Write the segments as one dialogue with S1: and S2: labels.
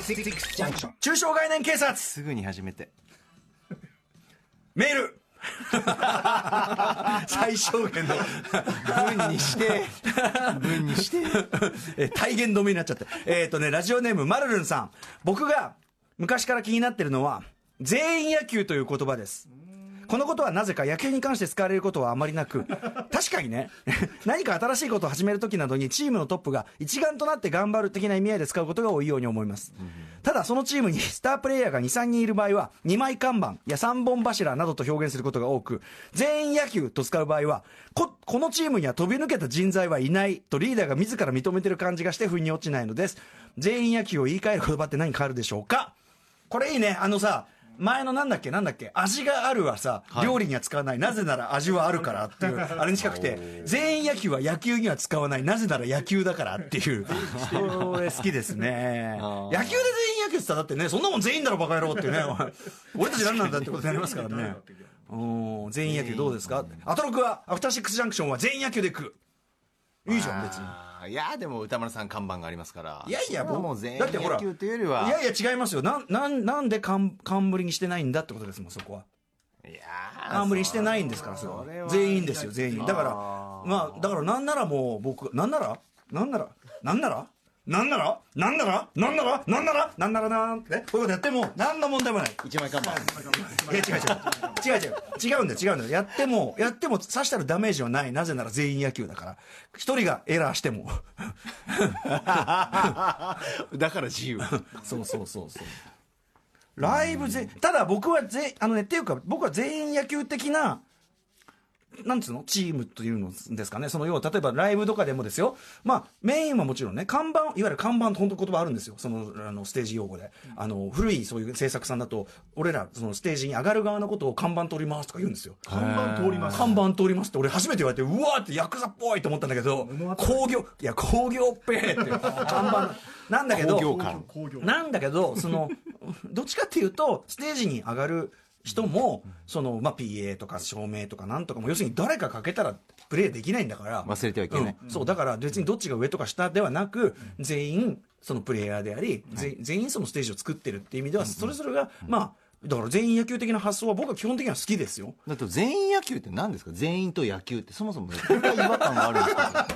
S1: station.
S2: 中小概念警察
S3: すぐに始めて
S2: メー ル最小限の
S3: 文にして文にして
S2: えー体言止めになっちゃって。えっ、とね、ラジオネーム、マルルンさん。僕が昔から気になってるのは、全員野球という言葉です。このことはなぜか野球に関して使われることはあまりな く、確かにね、 何か新しいことを始めるときなどにチームのトップが一丸となって頑張る的な意味合いで使うことが多いように思います。ただそのチームにスタープレイヤーが2、3人いる場合は、2枚看板や3本柱などと表現することが多く、全員野球と使う場合は、こ、このチームには飛び抜けた人材はいないとリーダーが自ら認めてる感じがして腑に落ちないのです。全員野球を言い換える言葉って何かあるでしょうかこれいいね。あのさ、前のなんだっけなんだっけ味があるはさ、料理には使わない。なぜなら味はあるからっていう、あれに近くて、全員野球は野球には使わない。なぜなら野球だからっていう。これ好きですね。野
S3: あー
S2: 球で全員野球って言ったらだってね、そんなもん全員だろバカ野郎っていうね。おい俺たち何なんだってことになりますからね。うん全員野球どうですかアトロクは、アフターシックスジャンクションは全員野球で食う。いいじゃん、別に。
S3: あーいやでも歌丸さん看板がありますから
S2: いやいや、
S3: それは
S2: 僕
S3: もう全員
S2: だってほら
S3: 野球というよりはい
S2: やいや、違いますよ。なん、なん、なんで冠、冠にしてないんだってことですもん、そこは。
S3: いやー
S2: 冠にしてないんですから、そ
S3: そ
S2: れ
S3: れ
S2: は。
S3: は
S2: 全員ですよ、全員。だから、
S3: あー
S2: まあ、だからなんならもう、僕、なんならなんならなんならなんならなんならなんならなんならなんならなんってね、こういうことやっても、何の問題もない。
S3: 一枚看板
S2: いや違う違う違う違う違うんだよ違うんだよやってもやっても刺したるダメージはないなぜなら全員野球だから一人がエラーしても
S3: だから自由
S2: そうそうそうそうライブぜただ僕はぜあのねっていうか僕は全員野球的ななんつうのチームというのですかねその要は例えばライブとかでもですよまあメインはもちろんね看板いわゆる看板って本当言葉あるんですよそのあのステージ用語で、あの古いそういう制作さんだと俺らそのステージに上がる側のことを看板取りますとか言うんですよ
S4: 看板通ります
S2: 看板通りますって俺初めて言われてうわーってヤクザっぽいと思ったんだけど工業いや工業っぺー って看板なんだけど
S3: 工業感
S4: 工業
S2: なんだ けどそのどっちかっていうとステージに上がる人もその、まあ、PA とか照明とかなんとかも要するに誰かかけたらプレーできないんだから
S3: 忘れてはいけない
S2: うんそうだから別にどっちが上とか下ではなく全員そのプレイヤーであり、ぜ全員そのステージを作ってるっていう意味ではそれぞれが、まあだから全員野球的な発想は僕は基本的には好きですよ。
S3: だって全員野球って何ですか全員と野球ってそもそもこれが違和感があるんですか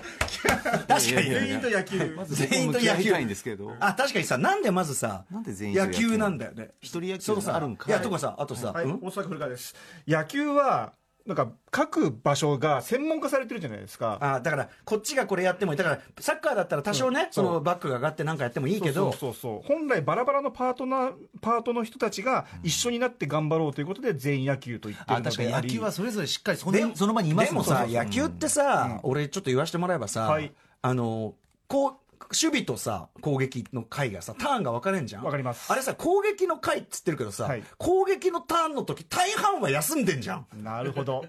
S3: 確かに
S4: 全員と野球
S3: まずそこ向き合いたいんですけど
S2: あ確かにさなんでまずさ
S3: なんで全員
S2: 野球なんだよね
S3: 一人野球
S2: そのさ
S3: があるんかい
S2: いやとかさあとさ、
S4: はい、
S2: う
S4: 大
S2: ん
S4: 阪古川です。野球は、なんか、各場所が専門化されてるじゃないですか。
S2: あだからこっちがこれやってもいいだからサッカーだったら多少ね、
S4: うん
S2: そ
S4: そ
S2: の
S4: う
S2: バックが上がってなんかやってもいいけど
S4: そうそうそうそう本来バラバラのパートナーパートの人たちが一緒になって頑張ろうということで全員野球と言ってる
S3: あ
S4: の
S3: 確かに
S4: であ
S3: 野
S4: り
S3: 球はそれぞれしっかりそ
S2: で
S3: のその場にいます
S2: でもさ
S3: ん
S2: 野球ってさ、俺ちょっと言わせてもらえばさ、
S4: はい
S2: あのこう守備とさ攻撃の回がさターンが分かれんじゃん
S4: 分かります
S2: あれさ攻撃の回っつってるけどさ、
S4: はい
S2: 攻撃のターンの時大半は休んでんじゃん
S4: なるほ ど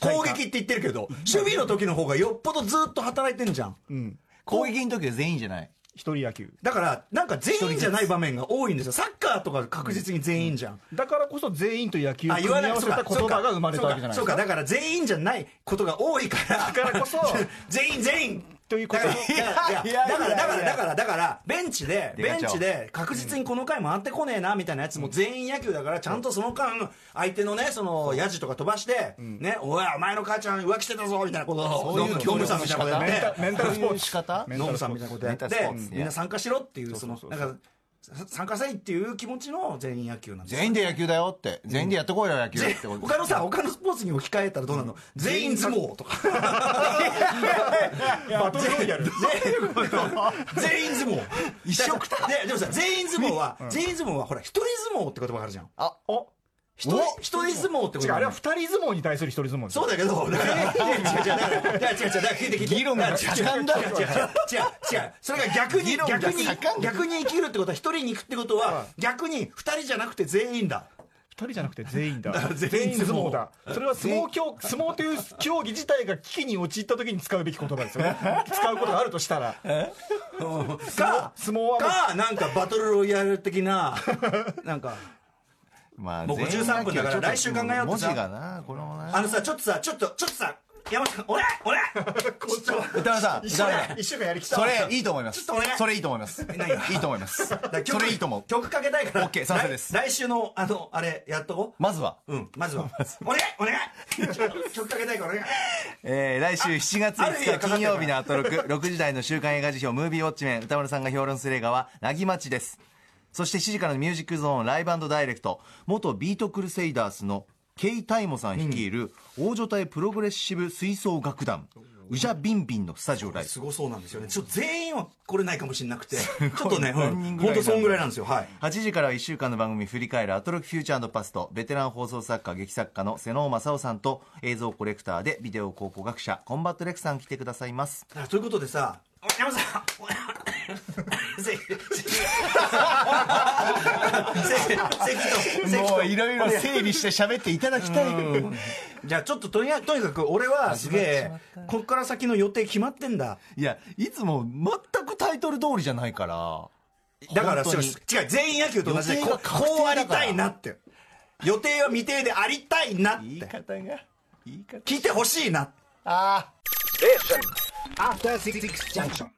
S2: 攻撃って言ってるけど守備の時の方がよっぽどずっと働いてんじゃん
S4: うん
S3: 攻撃の時は全員じゃない
S4: 一人野球
S2: だから、なんか全員じゃない場面が多いんですよ。サッカーとか確実に全員じゃん。
S4: だからこそ全員と野球を
S2: あ、
S4: 組
S2: 言
S4: み
S2: わな
S4: 合
S2: い
S4: わせた言葉が生まれたわけじゃないで
S2: そう
S4: す
S2: か、
S4: か
S2: だから全員じゃないことが多いから。
S4: だからこそ
S2: 全員全員
S4: ということ
S2: だから い
S3: い
S2: や
S3: や
S2: だから、
S3: いや
S2: だから、
S3: いや
S2: だから、だから、ベンチで、
S3: 出
S2: ベ
S3: ま
S2: ン
S3: しょう
S2: チで、確実にこの回回ってこねえな、みたいなやつも全員野球だから、ちゃんとその間、相手のね、その、ヤジとか飛ばして、ね、おい、お前の母ちゃん浮気してたぞ、みたいなことを、
S3: そういう
S2: ノムさんみたいなことやって
S3: 協力の仕方
S4: メンタルスポ
S3: そうい
S4: ー
S3: う
S4: ツ
S3: 仕方
S4: メンタ
S2: ノ
S4: ル
S2: ムさんみたいなことやって
S3: メンタルスポーツね
S2: みんな参加しろっていうその
S4: そう
S2: な
S4: そう
S2: ん
S4: そう
S2: かさ参加せいっていう気持ちの全員野球なんです
S3: 全員で野球だよって全員でやってこいよ野球ってこと
S2: 他のさ他のスポーツに置き換えたらどうなの全員相撲とか
S4: バトルロイヤル
S2: 全員相撲一緒くたででもさ全員相撲は全員相撲はほら一人相撲って言葉があるじゃん
S4: お
S2: 一人一人相撲って
S4: 違う
S2: 言葉が
S4: あ
S2: あ
S4: れ
S2: る
S4: は二人相撲に対する一人相撲です
S2: そうだけど、だから、いや違う違う、だから、いや違う違う、だから聞いて聞いて。
S3: 議論が
S2: 違う違う違う違う違
S3: 盛んだ
S2: う違う違う、それが逆に、
S3: 議論が
S2: 逆に
S3: 盛んだ、
S2: 逆に生きるってことは、一人に行くってことは、逆に二人じゃなくて全員だ。
S4: 二人じゃなくて全員だ
S2: から全員
S4: 全員相撲だそれは相撲競相撲という競技自体が危機に陥った時に使うべき言葉ですよね使うことがあるとしたら相
S2: か、
S4: 撲はもう
S2: か、なんかバトルロイヤル的な、なんか、
S3: まあ
S2: もう53分だから来週考えようってさ
S3: 文字がなこのな
S2: あのさ、ちょっとさ、ちょっと、ちょっとさ、山下君俺俺
S4: こっちは
S3: 歌丸さん、
S4: 一
S3: 歌
S4: 週
S3: 丸
S4: 間
S3: さん
S4: 一週間やりきった
S3: それいいと思いま
S2: ち
S3: す
S2: ょっとお願い。
S3: それいいと思います。いいと思います。それいいと思う。
S2: 曲かけたいから
S3: オッケー賛成です
S2: 来来週のあのあれやっとこう
S3: まずは、
S2: うんまずはお願いお願い 曲かけたいからお願い
S3: えー来週7月
S2: ある意味
S3: 5
S2: は
S3: 日
S2: かかって
S3: 金
S2: る
S3: 曜日のアトロク6時台の週刊映画辞表ムービーウォッチメン歌丸さんが評論する映画は「なぎまち」ですそして7時からのミュージックゾーンライブダイレクト元ビートクルセイダースのケイ・タイモさん率いる大所帯プログレッシブ吹奏楽団ウジャビンビンのスタジオライブ
S2: すごそうなんですよねちょっと全員は来れないかもしれなくてちょっとね、う
S3: 何人
S2: ん、
S3: ぐら
S2: 本
S3: いなんだろう
S2: 当そんぐらいなんですよはい
S3: 8時からは1週間の番組「振り返るアトロクフューチャーパスト」ベテラン放送作家劇作家の瀬能正夫さんと映像コレクターでビデオ考古学者コンバットレクさん来てくださいます
S2: あということでさお山さん おせせ せせと
S3: ろいろ整理して喋っていただきたい
S2: じゃあちょっととりあえずとにかく俺はすげえこっから先の予定決まってんだ
S3: いやいつも全くタイトル通りじゃないから
S2: だから
S3: 本
S2: そ
S3: 当
S2: う
S3: に
S2: 違う全員野球と同じで
S3: 予
S2: こ
S3: 定が
S2: う
S3: 確定だ
S2: こうあ
S3: から
S2: りたいなって予定は未定でありたいなっ
S3: 言い
S2: て
S3: 方が言い方
S2: 聞いてほしいな
S3: ああ
S1: After Six Junction.